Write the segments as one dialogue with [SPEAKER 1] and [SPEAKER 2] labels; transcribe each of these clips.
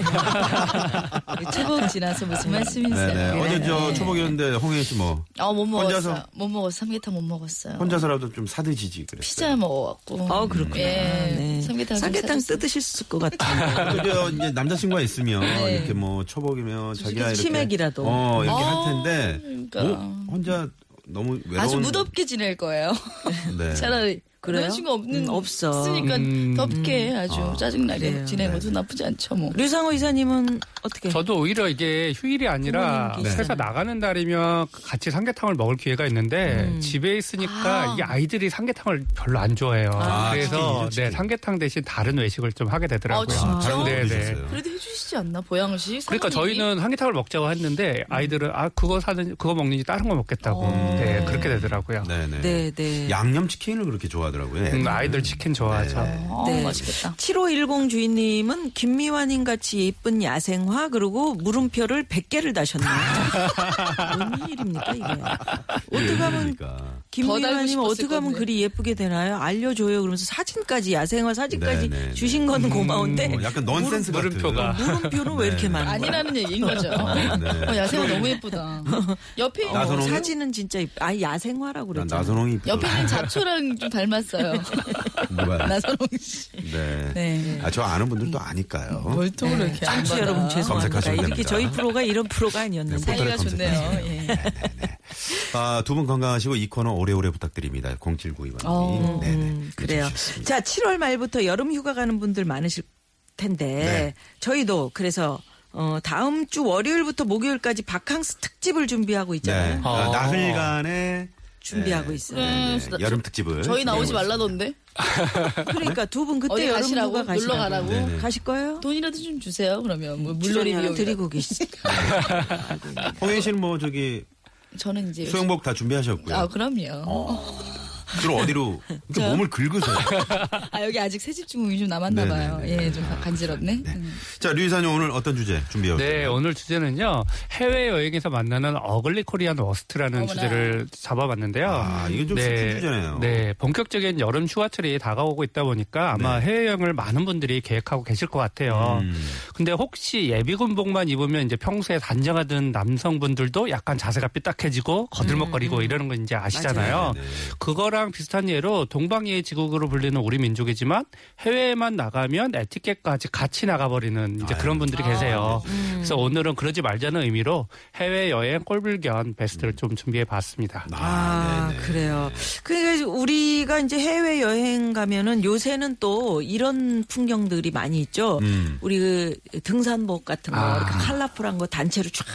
[SPEAKER 1] 아니에요. 초복 지나서 무슨
[SPEAKER 2] 네네
[SPEAKER 1] 말씀이세요?
[SPEAKER 2] 어제 저
[SPEAKER 1] 네.
[SPEAKER 2] 초복이었는데 홍현희 씨뭐
[SPEAKER 1] 어, 못 먹었어요.
[SPEAKER 2] 혼자서?
[SPEAKER 1] 못 먹었어. 삼계탕 못 먹었어요.
[SPEAKER 2] 혼자서라도 좀 사드시지 그랬어요.
[SPEAKER 1] 피자 먹었고.
[SPEAKER 3] 어 그렇구나.
[SPEAKER 1] 예.
[SPEAKER 3] 네.
[SPEAKER 1] 삼계탕 좀
[SPEAKER 3] 삼계탕
[SPEAKER 1] 사줬어요.
[SPEAKER 3] 뜯으실 것 같아요.
[SPEAKER 2] 그래도 이제 남자친구가 있으면 이렇게 뭐 초복이면 자기야 이렇게
[SPEAKER 3] 치맥이라도.
[SPEAKER 2] 어 이렇게
[SPEAKER 1] 어,
[SPEAKER 2] 할 텐데
[SPEAKER 1] 그러니까.
[SPEAKER 2] 뭐 혼자 너무 외로운
[SPEAKER 1] 아주 무덥게 지낼 거예요.
[SPEAKER 2] 네.
[SPEAKER 1] 차라리.
[SPEAKER 3] 그래요?
[SPEAKER 1] 친구 없는.
[SPEAKER 3] 음, 없어.
[SPEAKER 1] 없으니까
[SPEAKER 4] 음.
[SPEAKER 1] 덥게 아주 짜증나게
[SPEAKER 3] 그래요.
[SPEAKER 1] 지내는
[SPEAKER 2] 네.
[SPEAKER 1] 것도 나쁘지 않죠, 뭐.
[SPEAKER 3] 류상우 이사님은 어떻게?
[SPEAKER 4] 저도 오히려 이게 휴일이 아니라
[SPEAKER 3] 예. 부모님 계시잖아요.
[SPEAKER 4] 회사 나가는 날이면 같이 삼계탕을 먹을 기회가 있는데 집에 있으니까
[SPEAKER 1] 아.
[SPEAKER 4] 이게 아이들이 삼계탕을 별로 안 좋아해요.
[SPEAKER 2] 아,
[SPEAKER 4] 그래서
[SPEAKER 2] 치킨이죠, 치킨.
[SPEAKER 4] 네, 삼계탕 대신 다른 외식을 좀 하게 되더라고요.
[SPEAKER 1] 아, 진짜?
[SPEAKER 2] 다른
[SPEAKER 4] 네,
[SPEAKER 2] 네,
[SPEAKER 4] 네.
[SPEAKER 2] 드셨어요.
[SPEAKER 1] 그래도 해주시지 않나, 보양식?
[SPEAKER 4] 그러니까
[SPEAKER 1] 사모님이?
[SPEAKER 4] 저희는 삼계탕을 먹자고 했는데 아이들은 아 그거 사는 그거 먹는지 다른 거 먹겠다고
[SPEAKER 1] 음.
[SPEAKER 4] 네 그렇게 되더라고요.
[SPEAKER 2] 네네.
[SPEAKER 3] 네 네.
[SPEAKER 2] 양념 치킨을 그렇게 좋아하더라고요.
[SPEAKER 4] 음, 아이들 치킨 좋아하죠.
[SPEAKER 1] 어,
[SPEAKER 3] 네.
[SPEAKER 1] 맛있겠다.
[SPEAKER 3] 7510 주인님은 김미화님 같이 예쁜 야생화 그리고 물음표를 100개를 다셨네요. 뭔 일입니까 이게?
[SPEAKER 2] 예.
[SPEAKER 3] 어떻게 하면
[SPEAKER 2] 그러니까.
[SPEAKER 1] 더 달고
[SPEAKER 3] 김미화님
[SPEAKER 1] 싶었을
[SPEAKER 3] 어떻게 하면
[SPEAKER 1] 건데.
[SPEAKER 3] 그리 예쁘게 되나요? 알려줘요. 그러면서 사진까지 야생화 사진까지
[SPEAKER 2] 네, 네, 네.
[SPEAKER 3] 주신 건 음. 고마운데
[SPEAKER 2] 어, 약간 넌센스 같은.
[SPEAKER 4] 음, 물음표가.
[SPEAKER 3] 물음표는 왜 이렇게 많은 거야?
[SPEAKER 1] 아니라는 얘기인 거죠.
[SPEAKER 2] 네.
[SPEAKER 1] 어, 야생화 너무 예쁘다. 옆에 있는
[SPEAKER 2] 나선홍.
[SPEAKER 3] 사진은 진짜 예쁘- 아 야생화라고
[SPEAKER 2] 난
[SPEAKER 3] 그랬잖아요.
[SPEAKER 2] 나선홍이 이쁘다.
[SPEAKER 1] 옆에 있는 잡초랑 좀 닮았어요.
[SPEAKER 2] 뭐야.
[SPEAKER 1] 나선홍 씨.
[SPEAKER 2] 네.
[SPEAKER 1] 네.
[SPEAKER 2] 아, 저 아는 분들도 아니까요.
[SPEAKER 1] 멀통으로 이렇게 안
[SPEAKER 3] 청취자
[SPEAKER 1] 네. 받아.
[SPEAKER 3] 여러분 죄송합니다.
[SPEAKER 2] 검색하시면
[SPEAKER 3] 이렇게
[SPEAKER 2] 됩니다.
[SPEAKER 3] 저희 프로가 이런 프로가 아니었는데.
[SPEAKER 2] 포털에
[SPEAKER 1] 사이가 좋네요.
[SPEAKER 2] 검색하세요.
[SPEAKER 1] 예.
[SPEAKER 2] 아, 두 분 건강하시고 이 코너 오래오래 부탁드립니다. 0792번.
[SPEAKER 1] 어,
[SPEAKER 2] 님. 네네.
[SPEAKER 3] 음, 그래요.
[SPEAKER 2] 해주셨습니다.
[SPEAKER 3] 자, 7월 말부터 여름 휴가 가는 분들 많으실 텐데
[SPEAKER 2] 네.
[SPEAKER 3] 저희도 그래서 어, 다음 주 월요일부터 목요일까지 바캉스 특집을 준비하고 있잖아요.
[SPEAKER 2] 네.
[SPEAKER 1] 어.
[SPEAKER 2] 아, 나흘간에
[SPEAKER 3] 준비하고 있어요.
[SPEAKER 2] 네,
[SPEAKER 1] 그래, 나-
[SPEAKER 2] 여름 특집을.
[SPEAKER 1] 음,
[SPEAKER 2] 네,
[SPEAKER 1] 저희 나오지
[SPEAKER 2] 진행하고
[SPEAKER 1] 말라던데.
[SPEAKER 2] 네.
[SPEAKER 3] 그러니까 두 분 그때
[SPEAKER 1] 어디
[SPEAKER 3] 여름
[SPEAKER 1] 가시라고?
[SPEAKER 3] 휴가 가시라고
[SPEAKER 1] 놀러 가라고?
[SPEAKER 2] 네네.
[SPEAKER 3] 가실 거예요?
[SPEAKER 1] 돈이라도 좀 주세요. 그러면 뭐 물놀이
[SPEAKER 3] 물놀이
[SPEAKER 1] 비용
[SPEAKER 3] 드리고 계시.
[SPEAKER 2] 있습니다. 홍현 씨는 뭐 저기
[SPEAKER 1] 저는 이제
[SPEAKER 2] 수영복 어. 다 준비하셨고요.
[SPEAKER 1] 예, 아 그럼요.
[SPEAKER 2] 주로 어디로 이렇게 몸을 긁으세요.
[SPEAKER 1] 아 여기 아직 새집 중공이 좀 남았나
[SPEAKER 2] 네네네.
[SPEAKER 1] 봐요. 예, 좀 간지럽네.
[SPEAKER 2] 네.
[SPEAKER 1] 음.
[SPEAKER 2] 자, 류이사님 오늘 어떤 주제 준비해 오셨어요?
[SPEAKER 4] 네, 오늘 주제는요. 해외여행에서 만나는 어글리 코리안 워스트라는
[SPEAKER 1] 어머나.
[SPEAKER 4] 주제를 잡아봤는데요.
[SPEAKER 2] 아, 이건 좀 슬픈 주제네요.
[SPEAKER 4] 어, 네, 본격적인 여름 휴가철이 다가오고 있다 보니까 아마 해외여행을 많은 분들이 계획하고 계실 것 같아요.
[SPEAKER 2] 네. 음.
[SPEAKER 4] 근데 혹시 예비군복만 입으면 이제 평소에 단정하던 남성분들도 약간 자세가 삐딱해지고 거들먹거리고 이러는 거 이제 아시잖아요.
[SPEAKER 2] 네네.
[SPEAKER 4] 그거랑 비슷한 예로 동방예 지국으로 불리는 우리 민족이지만 해외에만 나가면 에티켓까지 같이 나가버리는 이제 그런 분들이 계세요. 그래서 오늘은 그러지 말자는 의미로 해외 여행 꼴불견 베스트를 좀 준비해 봤습니다.
[SPEAKER 2] 음. 아,
[SPEAKER 3] 아,
[SPEAKER 2] 네네.
[SPEAKER 3] 그래요. 그러니까 이제 우리가 이제 해외 여행 가면은 요새는 또 이런 풍경들이 많이 있죠.
[SPEAKER 2] 음.
[SPEAKER 3] 우리 그 등산복 같은 거,
[SPEAKER 4] 아. 음.
[SPEAKER 3] 이렇게 컬러풀한 거 단체로 쫙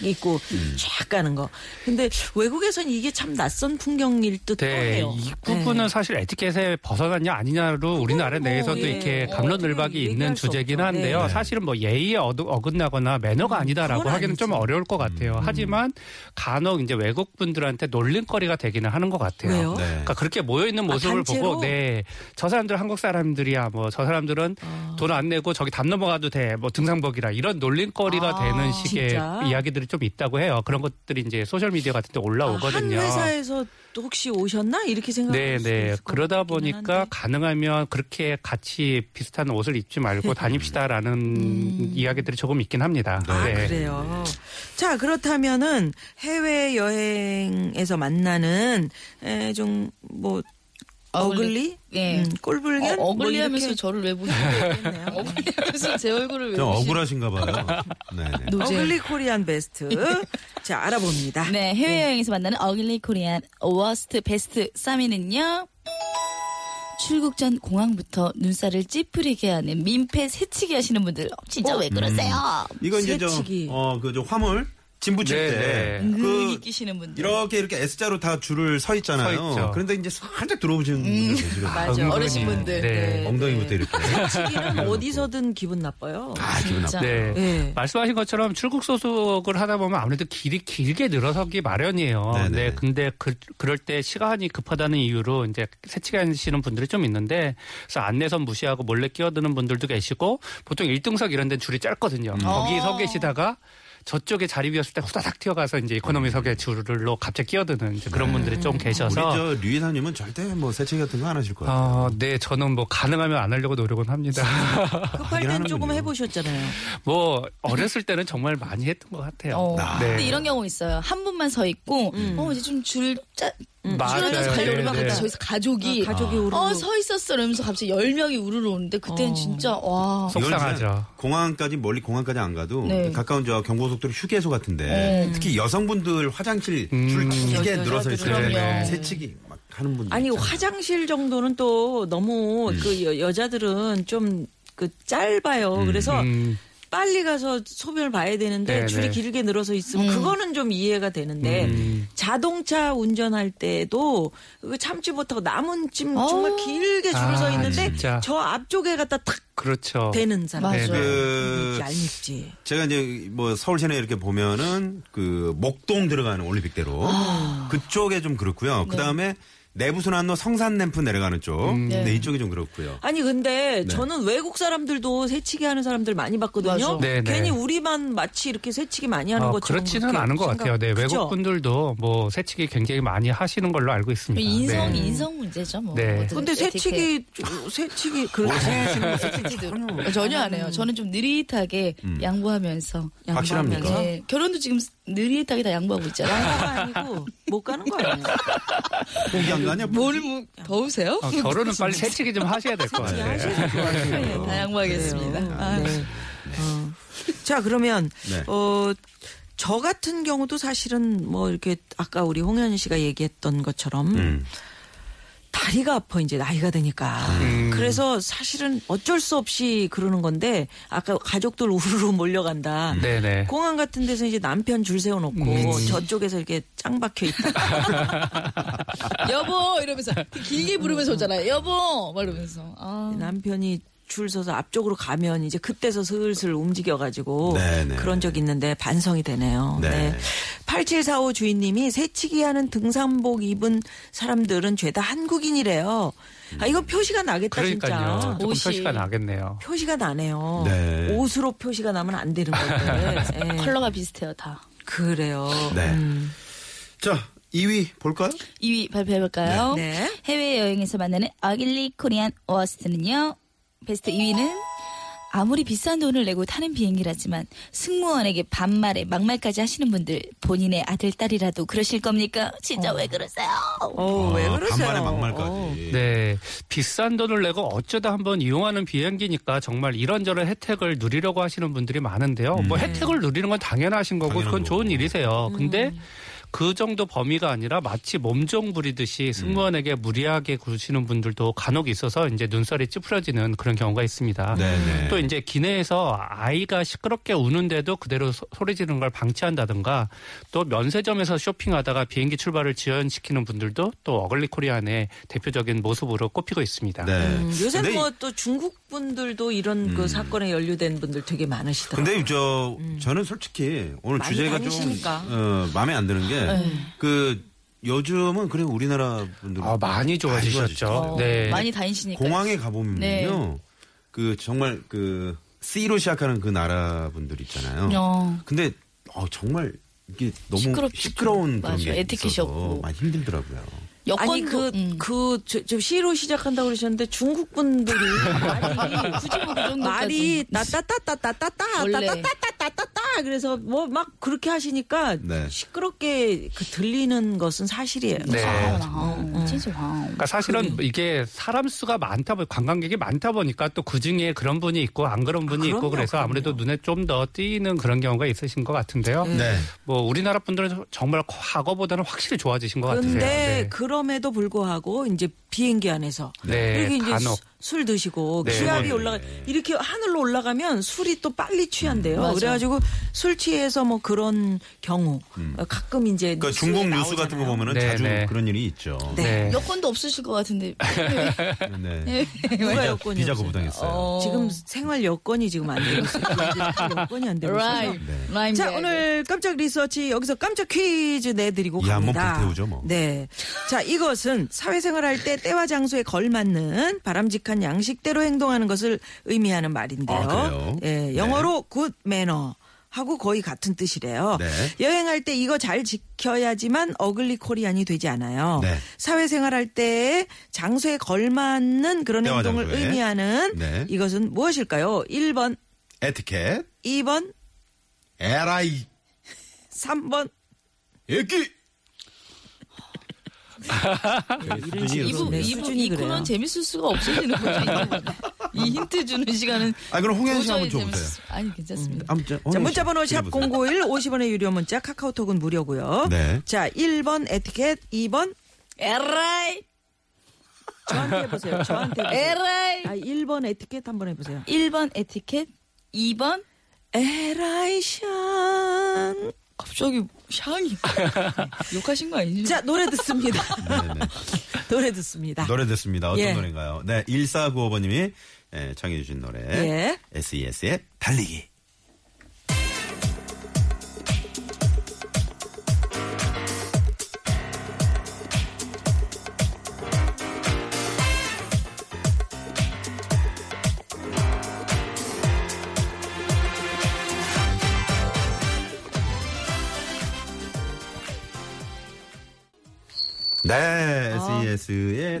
[SPEAKER 3] 입고 쫙 가는 거. 근데 외국에선 이게 참 낯선 풍경일 듯도
[SPEAKER 4] 네,
[SPEAKER 3] 해요. 아,
[SPEAKER 4] 이 부분은 사실 에티켓에 벗어났냐 아니냐로 우리나라
[SPEAKER 3] 뭐,
[SPEAKER 4] 내에서도
[SPEAKER 3] 예.
[SPEAKER 4] 이렇게
[SPEAKER 3] 어떻게
[SPEAKER 4] 감론을박이
[SPEAKER 3] 얘기할
[SPEAKER 4] 있는
[SPEAKER 3] 수
[SPEAKER 4] 주제긴
[SPEAKER 3] 없죠. 음,
[SPEAKER 4] 한데요.
[SPEAKER 2] 네.
[SPEAKER 4] 사실은 뭐 예의에 어두- 어긋나거나 매너가 아니다라고
[SPEAKER 3] 그건 음,
[SPEAKER 4] 하기는 좀
[SPEAKER 3] 아니지.
[SPEAKER 4] 어려울 것 같아요. 하지만 간혹 이제 외국 분들한테 놀림거리가 되기는 하는 것 같아요.
[SPEAKER 3] 왜요? 아,
[SPEAKER 2] 네.
[SPEAKER 4] 그러니까 그렇게 모여 있는 모습을
[SPEAKER 3] 단체로?
[SPEAKER 4] 보고 네 저 사람들 한국 사람들이야 뭐 저 사람들은
[SPEAKER 3] 아.
[SPEAKER 4] 돈 안 내고 저기 담 넘어가도 돼 뭐 등산복이라 이런 놀림거리가
[SPEAKER 3] 아,
[SPEAKER 4] 되는 식의
[SPEAKER 3] 진짜? 아,
[SPEAKER 4] 이야기들이 좀 있다고 해요. 그런 것들이 이제 소셜 미디어 같은 데
[SPEAKER 3] 한
[SPEAKER 4] 올라오거든요.
[SPEAKER 3] 회사에서 또 혹시 오셨나 이렇게 생각할
[SPEAKER 4] 네,
[SPEAKER 3] 아, 수
[SPEAKER 4] 네.
[SPEAKER 3] 있을 것
[SPEAKER 4] 그러다
[SPEAKER 3] 같기는
[SPEAKER 4] 보니까
[SPEAKER 3] 한데.
[SPEAKER 4] 가능하면 그렇게 같이 비슷한 옷을 입지
[SPEAKER 3] 네.
[SPEAKER 4] 말고 다닙시다라는 이야기들이 조금 있긴 합니다.
[SPEAKER 3] 음.
[SPEAKER 4] 네.
[SPEAKER 3] 아, 그래요. 자, 그렇다면은 해외 여행에서 만나는 에, 좀 뭐, 어글리?
[SPEAKER 1] 예.
[SPEAKER 3] 음, 꼴불견?
[SPEAKER 1] 어,
[SPEAKER 3] 뭐
[SPEAKER 1] 어글리하면서
[SPEAKER 3] 이렇게
[SPEAKER 1] 저를 왜 보시겠네요. 어글리하면서 제 얼굴을 왜
[SPEAKER 2] 좀
[SPEAKER 1] 보시?
[SPEAKER 2] 억울하신가 봐요. 네네.
[SPEAKER 1] 그 노잼.
[SPEAKER 3] 어글리 코리안 베스트. 자, 알아봅니다.
[SPEAKER 1] 네, 해외여행에서 만나는 어글리 코리안 워스트 베스트 3위는요. 출국 전 공항부터 눈살을 찌푸리게 하는 민폐 새치기 하시는 분들 진짜
[SPEAKER 4] 어?
[SPEAKER 1] 왜 그러세요?
[SPEAKER 2] 이건 이제
[SPEAKER 3] 새치기.
[SPEAKER 2] 저어그저 화물 짐 붙일
[SPEAKER 4] 네,
[SPEAKER 2] 때
[SPEAKER 4] 네.
[SPEAKER 1] 은근히
[SPEAKER 2] 그
[SPEAKER 1] 끼시는 분들.
[SPEAKER 2] 이렇게 이렇게 S자로 다 줄을 서 있잖아요.
[SPEAKER 4] 서 있죠.
[SPEAKER 2] 그런데 이제 살짝 들어오시는 분들 계시거든요.
[SPEAKER 1] 음. 맞아. 어르신분들.
[SPEAKER 4] 네.
[SPEAKER 2] 엉덩이부터 이렇게.
[SPEAKER 3] 치기는 어디서든 기분 나빠요.
[SPEAKER 2] 아 기분 나빠.
[SPEAKER 4] 네.
[SPEAKER 1] 예.
[SPEAKER 3] 네.
[SPEAKER 4] 말씀하신 것처럼 출국 소속을 하다 보면 아무래도 길이 길게 늘어서기 마련이에요.
[SPEAKER 2] 네네.
[SPEAKER 4] 네. 근데 그, 그럴 때 시간이 급하다는 이유로 이제 새치기하시는 분들이 좀 있는데 그래서 안내선 무시하고 몰래 끼어드는 분들도 계시고 보통 1등석 이런 데는 줄이 짧거든요.
[SPEAKER 2] 음.
[SPEAKER 4] 거기
[SPEAKER 1] 어.
[SPEAKER 4] 서 계시다가 저쪽에 자리 비었을 때 후다닥 튀어가서 이제 이코노미석에 줄로 갑자기 끼어드는 이제 그런 분들이 좀
[SPEAKER 2] 음. 네. 우리
[SPEAKER 4] 계셔서
[SPEAKER 2] 저 류이사님은 절대 뭐 세척 같은 거 안 하실 거예요.
[SPEAKER 4] 아, 네, 저는 뭐 가능하면 안 하려고 노력은 합니다.
[SPEAKER 3] 급할 땐
[SPEAKER 2] 하는군요.
[SPEAKER 3] 조금 해보셨잖아요.
[SPEAKER 4] 뭐 어렸을 때는 정말 많이 했던 것 같아요.
[SPEAKER 1] 어.
[SPEAKER 4] 네. 음.
[SPEAKER 1] 근데 이런 경우 있어요. 한 분만 서 있고, 어, 이제 좀 줄, 짜,
[SPEAKER 4] 맞아요.
[SPEAKER 1] 줄어져서
[SPEAKER 4] 네,
[SPEAKER 1] 가려고 그렇죠. 하는데
[SPEAKER 4] 네.
[SPEAKER 1] 저기서 가족이,
[SPEAKER 3] 아, 가족이 우르르.
[SPEAKER 1] 어, 서 있었어. 이러면서 갑자기 열명이 우르르 오는데,
[SPEAKER 4] 어.
[SPEAKER 1] 그때는 진짜, 와.
[SPEAKER 2] 이건 진짜
[SPEAKER 4] 속상하죠.
[SPEAKER 2] 공항까지 멀리 공항까지 안 가도
[SPEAKER 1] 네.
[SPEAKER 2] 가까운 저 경고속도로 휴게소 같은데 특히 여성분들 화장실 줄
[SPEAKER 4] 음.
[SPEAKER 2] 길게 늘어서 있을
[SPEAKER 4] 그럼요.
[SPEAKER 2] 때
[SPEAKER 4] 네.
[SPEAKER 2] 새치기 막 하는 분들.
[SPEAKER 3] 아니
[SPEAKER 2] 있잖아요.
[SPEAKER 3] 화장실 정도는 또 너무 그 여, 여자들은 좀 그 짧아요. 그래서
[SPEAKER 4] 음.
[SPEAKER 3] 빨리 가서 소변을 봐야 되는데
[SPEAKER 4] 네네. 음.
[SPEAKER 3] 줄이 길게 늘어서
[SPEAKER 1] 음.
[SPEAKER 3] 있으면 그거는 좀 이해가 되는데 자동차 운전할 때도 그 참지 못하고 남은 짐
[SPEAKER 1] 어.
[SPEAKER 3] 정말 길게 줄을
[SPEAKER 4] 아,
[SPEAKER 3] 서 있는데
[SPEAKER 4] 진짜.
[SPEAKER 3] 저 앞쪽에 갖다 탁
[SPEAKER 4] 그렇죠.
[SPEAKER 3] 대는 사람.
[SPEAKER 1] 맞아.
[SPEAKER 4] 네, 네.
[SPEAKER 2] 그
[SPEAKER 3] 얄밉지.
[SPEAKER 2] 제가 이제 뭐 서울 시내 이렇게 보면은 그 목동 들어가는 올림픽대로
[SPEAKER 3] 아.
[SPEAKER 2] 그쪽에 좀 그렇고요.
[SPEAKER 3] 네.
[SPEAKER 2] 그다음에 내부순환로 성산램프 내려가는 쪽.
[SPEAKER 3] 음.
[SPEAKER 2] 네. 이쪽이 좀 그렇고요.
[SPEAKER 3] 아니
[SPEAKER 4] 네.
[SPEAKER 3] 근데 저는 외국 사람들도 새치기 하는 사람들 많이 봤거든요.
[SPEAKER 1] 맞아.
[SPEAKER 4] 네네.
[SPEAKER 3] 괜히 우리만 마치 이렇게 새치기 많이 하는
[SPEAKER 4] 어,
[SPEAKER 3] 것처럼
[SPEAKER 4] 그렇지는
[SPEAKER 3] 그렇게
[SPEAKER 4] 않은 것 같아요. 네,
[SPEAKER 3] 생각- 그죠?
[SPEAKER 4] 외국 분들도 뭐 새치기 굉장히 많이 하시는 걸로 알고 있습니다.
[SPEAKER 1] 인성,
[SPEAKER 4] 네.
[SPEAKER 1] 인성 문제죠, 뭐.
[SPEAKER 4] 네.
[SPEAKER 1] 뭐든
[SPEAKER 3] 근데
[SPEAKER 1] 에티켓.
[SPEAKER 3] 새치기 좀- 새치기 그렇죠.
[SPEAKER 1] 어, 네. 전혀 안 해요. 저는 좀 느릿하게 양보하면서.
[SPEAKER 2] 확실합니까?
[SPEAKER 3] 양보하면서.
[SPEAKER 1] 네, 결혼도 지금 느릿하게 다 양보하고 있잖아요.
[SPEAKER 3] 양보가 아니고 못 가는 거예요.
[SPEAKER 2] 포기한 거 아니야?
[SPEAKER 1] 뭘, 뭐, 더우세요?
[SPEAKER 4] 어, 결혼은 빨리 새치기 좀 하셔야 될 것 같아요.
[SPEAKER 1] 네, 다 양보하겠습니다. 아,
[SPEAKER 3] 네. 어. 자 그러면
[SPEAKER 2] 네.
[SPEAKER 3] 어. 저 같은 경우도 사실은 뭐 이렇게 아까 우리 홍현 씨가 얘기했던 것처럼
[SPEAKER 2] 음.
[SPEAKER 3] 다리가 아파 이제 나이가 드니까 그래서 사실은 어쩔 수 없이 그러는 건데 아까 가족들 우르르 몰려간다
[SPEAKER 4] 네네.
[SPEAKER 3] 공항 같은 데서 이제 남편 줄 세워놓고 저쪽에서 이렇게 짱 박혀 있다.
[SPEAKER 1] 여보! 이러면서. 길게 부르면서 오잖아요. 여보! 막 이러면서. 아.
[SPEAKER 3] 남편이 줄 서서 앞쪽으로 가면 이제 그때서 슬슬 움직여가지고
[SPEAKER 2] 네네.
[SPEAKER 3] 그런 적 있는데 반성이 되네요.
[SPEAKER 2] 네.
[SPEAKER 3] 네. 8745 주인님이 새치기 하는 등산복 입은 사람들은 죄다 한국인이래요. 아, 이거 표시가 나겠다,
[SPEAKER 4] 그러니까요.
[SPEAKER 3] 진짜.
[SPEAKER 4] 조금
[SPEAKER 1] 옷이-
[SPEAKER 4] 표시가 나겠네요.
[SPEAKER 3] 표시가 나네요.
[SPEAKER 2] 네.
[SPEAKER 3] 옷으로 표시가 나면 안 되는 건데. 예.
[SPEAKER 1] 네. 컬러가 비슷해요, 다.
[SPEAKER 3] 그래요. 음.
[SPEAKER 2] 네. 자, 2위 볼까요?
[SPEAKER 1] 2위 발표해볼까요?
[SPEAKER 3] 네. 네.
[SPEAKER 1] 해외여행에서 만나는 아길리 코리안 워스트는요. 베스트 2위는 아무리 비싼 돈을 내고 타는 비행기라지만 승무원에게 반말에 막말까지 하시는 분들 본인의 아들, 딸이라도 그러실 겁니까? 진짜 왜 그러세요?
[SPEAKER 3] 어, 왜
[SPEAKER 2] 아,
[SPEAKER 3] 그러세요?
[SPEAKER 2] 반말에
[SPEAKER 3] 어.
[SPEAKER 2] 막말까지.
[SPEAKER 4] 네. 비싼 돈을 내고 어쩌다 한번 이용하는 비행기니까 정말 이런저런 혜택을 누리려고 하시는 분들이 많은데요. 뭐 혜택을 누리는 건 당연하신
[SPEAKER 2] 음.
[SPEAKER 4] 거고
[SPEAKER 2] 당연한
[SPEAKER 4] 그건 좋은
[SPEAKER 2] 거고.
[SPEAKER 4] 일이세요. 근데 그 정도 범위가 아니라 마치 몸종
[SPEAKER 2] 음.
[SPEAKER 4] 부리듯이 승무원에게 무리하게 구시는 분들도 간혹 있어서 이제 눈살이 찌푸려지는 그런 경우가 있습니다.
[SPEAKER 3] 음,
[SPEAKER 2] 네네.
[SPEAKER 4] 또 이제 기내에서 아이가 시끄럽게 우는데도 그대로 소, 리 지르는 걸 방치한다든가 또 면세점에서 쇼핑하다가 비행기 출발을 지연시키는 분들도 또 어글리 코리안의 대표적인 모습으로 꼽히고 있습니다.
[SPEAKER 2] 네.
[SPEAKER 3] 요새
[SPEAKER 2] 근데 음.
[SPEAKER 3] 뭐 또 중국 분들도 이런 그 사건에 연루된 분들 되게 많으시더라고요.
[SPEAKER 2] 근데 저 저는 솔직히 오늘
[SPEAKER 3] 음. 많이
[SPEAKER 2] 주제가
[SPEAKER 3] 다니시니까. 네.
[SPEAKER 2] 좀 어, 마음에 안 드는 게 그 요즘은 그래 우리나라 분들
[SPEAKER 4] 아, 많이
[SPEAKER 2] 좋아지셨죠.
[SPEAKER 4] 좋아지셨죠.
[SPEAKER 5] 어,
[SPEAKER 4] 네.
[SPEAKER 1] 어, 많이 다니시니까.
[SPEAKER 2] 공항에 가보면요
[SPEAKER 1] 네.
[SPEAKER 2] 그 정말 그 C로 시작하는 그 나라 분들 있잖아요.
[SPEAKER 1] 어.
[SPEAKER 2] 근데 어, 정말 이게 너무
[SPEAKER 5] 시끄럽죠.
[SPEAKER 2] 시끄러운 그런
[SPEAKER 5] 맞아요.
[SPEAKER 2] 게
[SPEAKER 5] 에티켓이
[SPEAKER 2] 있어서
[SPEAKER 5] 없고.
[SPEAKER 2] 많이 힘들더라고요.
[SPEAKER 5] 여권도
[SPEAKER 3] 아니 그,
[SPEAKER 5] 음.
[SPEAKER 3] 그그저 시로 시작한다고 그러셨는데 중국 분들이 그 말이
[SPEAKER 5] 굳이 뭐그 정도까지.
[SPEAKER 3] 말이 나따따따따따따
[SPEAKER 5] 원래.
[SPEAKER 3] 따따따따따따 그래서 뭐 막 그렇게 하시니까
[SPEAKER 2] 네.
[SPEAKER 3] 시끄럽게 그 들리는 것은 사실이에요.
[SPEAKER 4] 네.
[SPEAKER 5] 아, 진짜 와.
[SPEAKER 3] 네.
[SPEAKER 4] 그러니까 사실은 이게 사람 수가 많다 보니 관광객이 많다 보니까 또 그 중에 그런 분이 있고 안 그런 분이
[SPEAKER 3] 그럼요,
[SPEAKER 4] 있고 그래서 아무래도 눈에 좀 더 띄는 그런 경우가 있으신 것 같은데요.
[SPEAKER 6] 음.
[SPEAKER 2] 네.
[SPEAKER 4] 뭐 우리나라 분들은 정말 과거보다는 확실히 좋아지신 것 같으세요.
[SPEAKER 3] 근데
[SPEAKER 4] 네.
[SPEAKER 3] 그럼에도 불구하고 이제 비행기 안에서
[SPEAKER 4] 네,
[SPEAKER 3] 이렇게 이제
[SPEAKER 4] 간혹.
[SPEAKER 3] 수- 술 드시고
[SPEAKER 4] 네.
[SPEAKER 3] 기압이
[SPEAKER 2] 네.
[SPEAKER 3] 올라가 이렇게 하늘로 올라가면 술이 또 빨리 취한대요.
[SPEAKER 5] 음, 맞아.
[SPEAKER 3] 그래가지고 술 취해서 뭐 그런 경우 가끔 이제
[SPEAKER 2] 그러니까
[SPEAKER 3] 뉴스에
[SPEAKER 2] 중국 뉴스 같은 거
[SPEAKER 3] 나오잖아요.
[SPEAKER 2] 보면은
[SPEAKER 4] 네,
[SPEAKER 2] 자주
[SPEAKER 4] 네.
[SPEAKER 2] 그런 일이 있죠.
[SPEAKER 4] 네.
[SPEAKER 5] 여권도 없으실 것 같은데.
[SPEAKER 2] 네.
[SPEAKER 3] 누가
[SPEAKER 2] 비자-
[SPEAKER 3] 여권이
[SPEAKER 2] 비자
[SPEAKER 3] 없어요?
[SPEAKER 2] 거부당했어요.
[SPEAKER 5] 어.
[SPEAKER 3] 지금 생활 여건이 지금 안 되고 있어요. 여건이 안 되고 있어요.
[SPEAKER 5] 라임. 라임.
[SPEAKER 3] 자,
[SPEAKER 5] 네.
[SPEAKER 3] 오늘 깜짝 리서치 여기서 깜짝 퀴즈 내드리고
[SPEAKER 2] 예,
[SPEAKER 3] 갑니다.
[SPEAKER 2] 한번 불태우죠, 뭐.
[SPEAKER 3] 네. 자, 이것은 사회생활 할 때 때와 장소에 걸맞는 바람직한 양식대로 행동하는 것을 의미하는 말인데요.
[SPEAKER 2] 아, 그래요?
[SPEAKER 3] 예, 영어로 굿 매너. 하고 거의 같은 뜻이래요.
[SPEAKER 2] 네.
[SPEAKER 3] 여행할 때 이거 잘 지켜야지만 어글리 코리안이 되지 않아요.
[SPEAKER 2] 네.
[SPEAKER 3] 사회생활 할 때 장소에 걸맞는 그런
[SPEAKER 2] 때와
[SPEAKER 3] 행동을
[SPEAKER 2] 장소에.
[SPEAKER 3] 의미하는
[SPEAKER 2] 네.
[SPEAKER 3] 이것은 무엇일까요? 1번,
[SPEAKER 2] 에티켓,
[SPEAKER 3] 2번,
[SPEAKER 2] 에라이,
[SPEAKER 3] 3번,
[SPEAKER 2] 에끼. 네,
[SPEAKER 5] 이부
[SPEAKER 3] 네,
[SPEAKER 5] 이부
[SPEAKER 3] 수준이
[SPEAKER 5] 이
[SPEAKER 3] 그래요.
[SPEAKER 5] 코너는 재밌을 수가 없어지는 거죠. 이 힌트 주는 시간은
[SPEAKER 2] 아, 그럼 홍현 씨 한번 음.
[SPEAKER 5] 도저히
[SPEAKER 2] 줘보세요.
[SPEAKER 5] 재밌을 수- 아니 괜찮습니다.
[SPEAKER 2] 아무튼
[SPEAKER 3] 자,
[SPEAKER 2] 홍현 씨,
[SPEAKER 3] 문자번호 샵
[SPEAKER 2] 해보세요.
[SPEAKER 3] 091 50원의 유료 문자 카카오톡은 무료고요.
[SPEAKER 2] 네.
[SPEAKER 3] 자, 1번 에티켓, 2번
[SPEAKER 5] 에라이
[SPEAKER 3] 저한테 해보세요. 저한테 해보세요.
[SPEAKER 5] 에라이.
[SPEAKER 3] 아, 1번 에티켓 한번 해보세요.
[SPEAKER 5] 1번 에티켓, 2번
[SPEAKER 3] 에라이션.
[SPEAKER 5] 갑자기 샹이 욕하신 거 아니죠?
[SPEAKER 3] 자, 노래 듣습니다.
[SPEAKER 2] 네, 네.
[SPEAKER 3] 노래 듣습니다.
[SPEAKER 2] 노래 듣습니다. 어떤
[SPEAKER 3] 예.
[SPEAKER 2] 노래인가요? 네, 1495번님이 청해주신 노래.
[SPEAKER 3] 예.
[SPEAKER 2] SES의 달리기. 네, SES의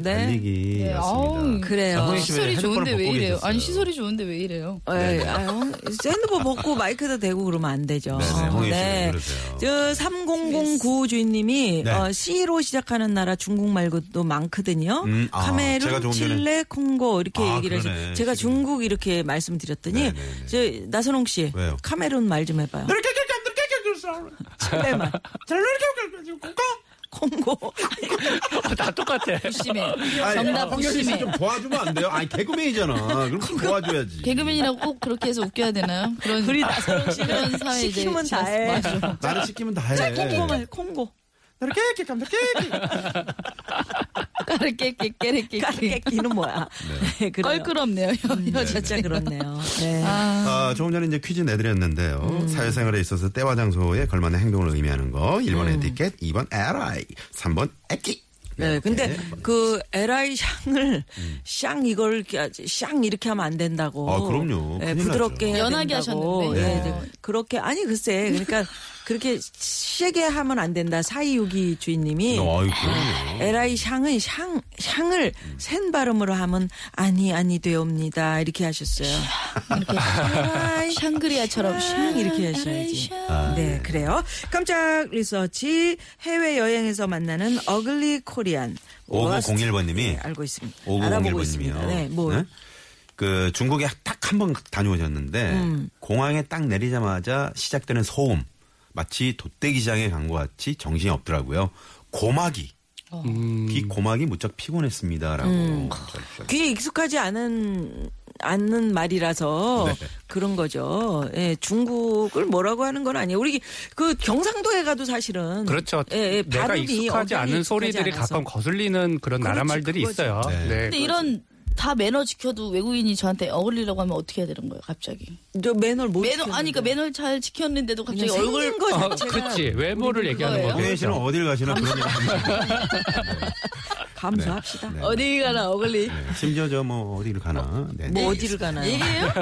[SPEAKER 3] 네.
[SPEAKER 5] 네,
[SPEAKER 2] 달리기였습니다.
[SPEAKER 5] 아우,
[SPEAKER 3] 그래요.
[SPEAKER 2] 아,
[SPEAKER 5] 시설이
[SPEAKER 2] 핸드폰을
[SPEAKER 5] 좋은데 왜
[SPEAKER 2] 벗고
[SPEAKER 5] 이래요?
[SPEAKER 2] 계셨어요.
[SPEAKER 5] 아니 시설이 좋은데 왜 이래요?
[SPEAKER 2] 네,
[SPEAKER 3] 에이, 어, 예, 아유, 핸드폰 벗고 마이크도 대고 그러면 안 되죠.
[SPEAKER 2] 네네, 홍혜 씨는 그러세요.
[SPEAKER 3] 저 3009 주인님이
[SPEAKER 2] 네.
[SPEAKER 3] 어, C로 시작하는 나라 중국 말고도 많거든요.
[SPEAKER 2] 음, 아, 제가
[SPEAKER 3] 카메룬,
[SPEAKER 2] 조금 전에-
[SPEAKER 3] 칠레, 콩고 이렇게
[SPEAKER 2] 아,
[SPEAKER 3] 얘기를
[SPEAKER 2] 그러네,
[SPEAKER 3] 해서 제가
[SPEAKER 2] 지금.
[SPEAKER 3] 중국 이렇게 말씀드렸더니
[SPEAKER 2] 네네네.
[SPEAKER 3] 저 나선홍 씨
[SPEAKER 2] 왜요?
[SPEAKER 3] 카메룬 말 좀 해봐요. 칠레말, 콩고. 네.
[SPEAKER 4] 다 똑같아.
[SPEAKER 5] 부심해.
[SPEAKER 2] 아니,
[SPEAKER 5] 정답
[SPEAKER 2] 홍현 씨
[SPEAKER 5] 부심해.
[SPEAKER 2] 좀 도와주면 안 돼요? 아니, 개그맨이잖아. 그럼 도와줘야지.
[SPEAKER 5] 개그맨이라고 꼭 그렇게 해서 웃겨야 되나요? 그런
[SPEAKER 3] 우리 나선홍
[SPEAKER 5] 그런
[SPEAKER 3] 씨는
[SPEAKER 5] 사회 이제
[SPEAKER 3] 시키면 다
[SPEAKER 5] 지났-
[SPEAKER 3] 해.
[SPEAKER 2] 나를 시키면 다 해.
[SPEAKER 3] 콩고 말, 콩고.
[SPEAKER 5] 까르 깨깨 깨르 깨깨.
[SPEAKER 3] 까르끼는 뭐야? 네, 그래요.
[SPEAKER 5] 껄끄럽네요 여- 여자.
[SPEAKER 3] 진짜 그렇네요. 네.
[SPEAKER 2] 아, 조금 전에 이제 퀴즈 내드렸는데요. 사회생활에 있어서 때와 장소에 걸맞는 행동을 의미하는 거. 1번 에티켓, 2번 에라이, 3번 에끼.
[SPEAKER 3] 네, 근데 그 LI 샹을 샹 이걸 이렇게 하지, 샹 이렇게 하면 안 된다고.
[SPEAKER 2] 아, 그럼요.
[SPEAKER 3] 네,
[SPEAKER 2] 큰일 나죠.
[SPEAKER 3] 부드럽게 해야
[SPEAKER 5] 연하게
[SPEAKER 3] 된다고.
[SPEAKER 5] 하셨는데.
[SPEAKER 3] 네,
[SPEAKER 5] 네.
[SPEAKER 3] 네. 그렇게 아니 글쎄 그러니까 그렇게 세게 하면 안 된다. 사이유기 주인님이
[SPEAKER 2] 어, 아유, 그럼요.
[SPEAKER 3] LI 샹은 샹 샹을 센 발음으로 하면 아니 아니 되옵니다 이렇게 하셨어요. LI
[SPEAKER 5] 샹그리아처럼
[SPEAKER 3] 샹 이렇게 하셔야지.
[SPEAKER 2] 아,
[SPEAKER 3] 네, 그래요. 깜짝 리서치 해외 여행에서 만나는 어글리 코리안. 뭐
[SPEAKER 2] 5901번 님이
[SPEAKER 3] 네, 알고 있습니다. 알아보고
[SPEAKER 2] 5901번 님이요.
[SPEAKER 3] 있습니다. 네, 뭐
[SPEAKER 2] 그 중국에 딱 한 번 다녀오셨는데
[SPEAKER 3] 음.
[SPEAKER 2] 공항에 딱 내리자마자 시작되는 소음 마치 도떼기장에 간 것 같이 정신이 없더라고요. 고막이
[SPEAKER 3] 어.
[SPEAKER 2] 귀
[SPEAKER 4] 음.
[SPEAKER 2] 고막이 무척 피곤했습니다라고
[SPEAKER 3] 음.
[SPEAKER 2] 적어주셨어요.
[SPEAKER 3] 귀에 익숙하지 않은 않는 말이라서
[SPEAKER 2] 네.
[SPEAKER 3] 그런 거죠. 예, 중국을 뭐라고 하는 건 아니에요. 우리 그 경상도에 가도 사실은
[SPEAKER 4] 그렇죠.
[SPEAKER 3] 예, 예,
[SPEAKER 4] 내가
[SPEAKER 3] 발음이
[SPEAKER 4] 익숙하지
[SPEAKER 3] 어감이
[SPEAKER 4] 않은
[SPEAKER 3] 익숙하지
[SPEAKER 4] 소리들이
[SPEAKER 3] 않아서.
[SPEAKER 4] 가끔 거슬리는 그런 나라
[SPEAKER 3] 그렇지,
[SPEAKER 4] 말들이
[SPEAKER 3] 그거지.
[SPEAKER 4] 있어요.
[SPEAKER 2] 네.
[SPEAKER 4] 네.
[SPEAKER 5] 근데 이런 다 매너 지켜도 외국인이 저한테 어울리려고 하면 어떻게 해야 되는 거예요 갑자기?
[SPEAKER 3] 저 매너를 못
[SPEAKER 5] 매너 아니 그러니까 매너를 잘 지켰는데도 갑자기 얼굴 아,
[SPEAKER 3] 얼굴 거
[SPEAKER 4] 어,
[SPEAKER 3] 자체가
[SPEAKER 2] 네,
[SPEAKER 4] 그렇지. 외모를 얘기하는
[SPEAKER 5] 그거예요?
[SPEAKER 4] 거고.
[SPEAKER 2] 홍혜 씨는 어딜 가시나 그런 얘기 하시는 거예요.
[SPEAKER 3] 감사합시다.
[SPEAKER 2] 네.
[SPEAKER 5] 어디 가나 어글리.
[SPEAKER 2] 네. 심지어 저 뭐 어디를 가나. 네.
[SPEAKER 3] 뭐 어디를 가나요?
[SPEAKER 5] 얘기해요?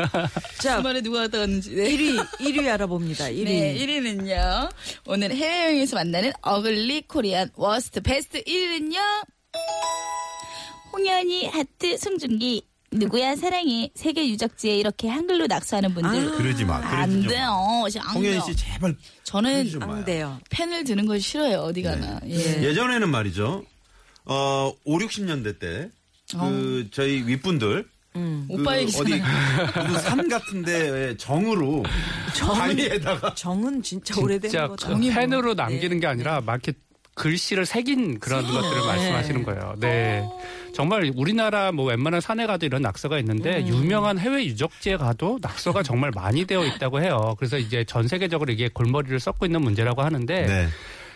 [SPEAKER 3] 자,
[SPEAKER 5] 주말에 누가 갔다 왔는지. 네.
[SPEAKER 3] 1위 1위 알아봅니다. 1위.
[SPEAKER 5] 네, 1위는요. 오늘 해외여행에서 만나는 어글리 코리안 워스트 베스트 1위는요.
[SPEAKER 1] 홍현이 하트 송중기 누구야 사랑해 세계 유적지에 이렇게 한글로 낙서하는 분들
[SPEAKER 2] 아, 그러지 마. 그러지
[SPEAKER 5] 안
[SPEAKER 2] 좀 마.
[SPEAKER 5] 돼요. 저 안
[SPEAKER 2] 홍현
[SPEAKER 5] 돼요.
[SPEAKER 2] 씨 제발
[SPEAKER 5] 저는
[SPEAKER 2] 그러지 좀 마요. 네.
[SPEAKER 3] 안 돼요.
[SPEAKER 5] 펜을 드는 걸 싫어요. 어디 가나.
[SPEAKER 3] 네.
[SPEAKER 5] 예.
[SPEAKER 2] 예전에는 말이죠. 어, 5, 60년대 때, 그,
[SPEAKER 3] 어.
[SPEAKER 2] 저희 윗분들. 그
[SPEAKER 5] 오빠
[SPEAKER 2] 어디,
[SPEAKER 5] 얘기잖아.
[SPEAKER 2] 무슨 산 같은데 정으로. 다리에다가.
[SPEAKER 3] 정은 진짜 오래된 네.
[SPEAKER 4] 진짜
[SPEAKER 3] 거다.
[SPEAKER 4] 그 펜으로 남기는 게 아니라 막 이렇게 글씨를 새긴 그런
[SPEAKER 3] 네.
[SPEAKER 4] 것들을 말씀하시는 거예요. 네.
[SPEAKER 3] 어.
[SPEAKER 4] 정말 우리나라 뭐 웬만한 산에 가도 이런 낙서가 있는데
[SPEAKER 3] 네.
[SPEAKER 4] 유명한 해외 유적지에 가도 낙서가 정말 많이 되어 있다고 해요. 그래서 이제 전 세계적으로 이게 골머리를 썩고 있는 문제라고 하는데
[SPEAKER 2] 네.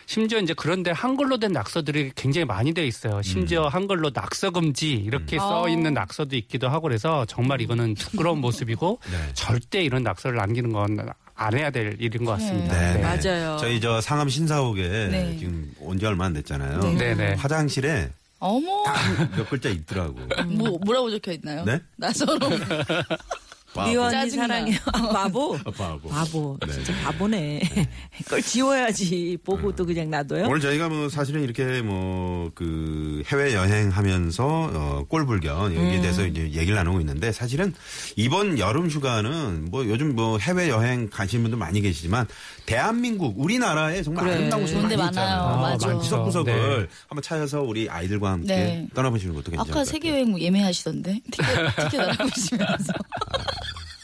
[SPEAKER 4] 심지어 이제 그런데 한글로 된 낙서들이 굉장히 많이 되어 있어요. 심지어 한글로 낙서 금지 이렇게 써 있는 낙서도 있기도 하고 그래서 정말 이거는 부끄러운 모습이고
[SPEAKER 2] 네.
[SPEAKER 4] 절대 이런 낙서를 남기는 건 안 해야 될 일인 것 같습니다.
[SPEAKER 2] 네, 네.
[SPEAKER 3] 맞아요.
[SPEAKER 2] 저희 저 상암 신사옥에
[SPEAKER 5] 네.
[SPEAKER 2] 지금 온 지 얼마 안 됐잖아요.
[SPEAKER 4] 네, 네.
[SPEAKER 2] 화장실에
[SPEAKER 5] 어머.
[SPEAKER 2] 몇 글자 있더라고.
[SPEAKER 5] 뭐, 뭐라고 적혀 있나요?
[SPEAKER 2] 네?
[SPEAKER 5] 나서로.
[SPEAKER 3] 미원이
[SPEAKER 5] 짜증나.
[SPEAKER 3] 사랑해요. 아, 바보.
[SPEAKER 2] 바보.
[SPEAKER 3] 바보.
[SPEAKER 2] 네.
[SPEAKER 3] 진짜 바보네. 그걸 지워야지 보고도 그냥 놔둬요.
[SPEAKER 2] 오늘 저희가 뭐 사실은 이렇게 뭐 그 해외 여행하면서 어, 꼴불견 여기에 대해서 이제 얘기를 나누고 있는데 사실은 이번 여름 휴가는 뭐 요즘 뭐 해외 여행 가시는 분들 많이 계시지만 대한민국 우리나라에 정말 아름다운 곳이
[SPEAKER 5] 좋은
[SPEAKER 2] 많이
[SPEAKER 5] 데
[SPEAKER 2] 있잖아요.
[SPEAKER 5] 많아요.
[SPEAKER 4] 아,
[SPEAKER 5] 맞아.
[SPEAKER 4] 많죠.
[SPEAKER 2] 구석구석을
[SPEAKER 4] 네.
[SPEAKER 2] 한번 찾아서 우리 아이들과 함께
[SPEAKER 5] 네.
[SPEAKER 2] 떠나보시는 것도 괜찮을
[SPEAKER 5] 아까
[SPEAKER 2] 것 같아요.
[SPEAKER 5] 세계여행 뭐 예매하시던데? 티켓, 티켓 알아보시면서.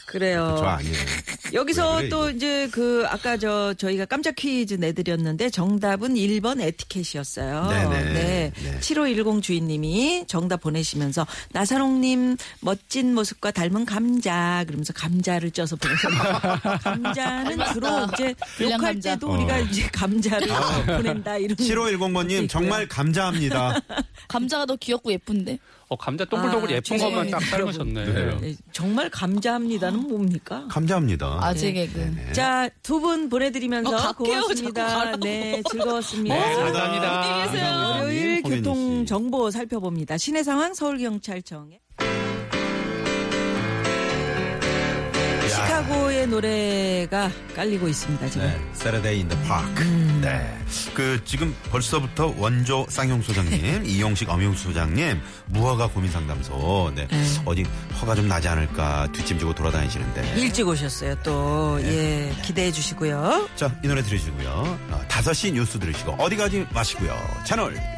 [SPEAKER 3] 그래요.
[SPEAKER 5] 어.
[SPEAKER 2] 저 아니에요.
[SPEAKER 3] 여기서
[SPEAKER 2] 왜 그래,
[SPEAKER 3] 또
[SPEAKER 2] 이거?
[SPEAKER 3] 이제 그 아까 저 저희가 깜짝 퀴즈 내드렸는데 정답은 1번 에티켓이었어요.
[SPEAKER 2] 네네. 네.
[SPEAKER 3] 7510 주인님이 정답 보내시면서 나사롱님 멋진 모습과 닮은 감자 그러면서 감자를 쪄서 보내셨어요. 감자는 주로 이제
[SPEAKER 5] 불량
[SPEAKER 3] 욕할
[SPEAKER 5] 감자.
[SPEAKER 3] 때도 우리가
[SPEAKER 2] 어. 아.
[SPEAKER 3] 이제 감자를 보낸다 이런.
[SPEAKER 2] 7510번님 정말 감사합니다.
[SPEAKER 5] 감자가 더 귀엽고 예쁜데?
[SPEAKER 4] 어, 감자 동글동글
[SPEAKER 3] 아,
[SPEAKER 4] 예쁜 것만 딱 닮으셨네.
[SPEAKER 2] 네.
[SPEAKER 3] 네, 정말 감사합니다는 뭡니까?
[SPEAKER 2] 감사합니다.
[SPEAKER 5] 아재 개그.
[SPEAKER 2] 네네.
[SPEAKER 3] 자, 두 분 보내드리면서
[SPEAKER 5] 어, 갈게요. 자꾸
[SPEAKER 3] 고맙습니다.
[SPEAKER 5] 가라고.
[SPEAKER 3] 네, 즐거웠습니다.
[SPEAKER 4] 네, 감사합니다.
[SPEAKER 3] 월요일
[SPEAKER 2] 홍현희
[SPEAKER 3] 교통
[SPEAKER 2] 씨.
[SPEAKER 3] 정보 살펴봅니다. 시내 상황 서울경찰청에. 시카고의 노래가 깔리고 있습니다, 지금.
[SPEAKER 2] 네, Saturday in the Park.
[SPEAKER 5] 음.
[SPEAKER 2] 네. 그 지금 벌써부터 원조 쌍용 소장님, 이용식 엄용 소장님 무허가 고민 상담소. 네. 어디 허가 좀 나지 않을까 뒷짐지고 돌아다니시는데.
[SPEAKER 3] 일찍 오셨어요, 또.
[SPEAKER 2] 네.
[SPEAKER 3] 예, 기대해 주시고요.
[SPEAKER 2] 자, 이 노래 들으시고요. 어, 5시 뉴스 들으시고 어디 가지 마시고요. 채널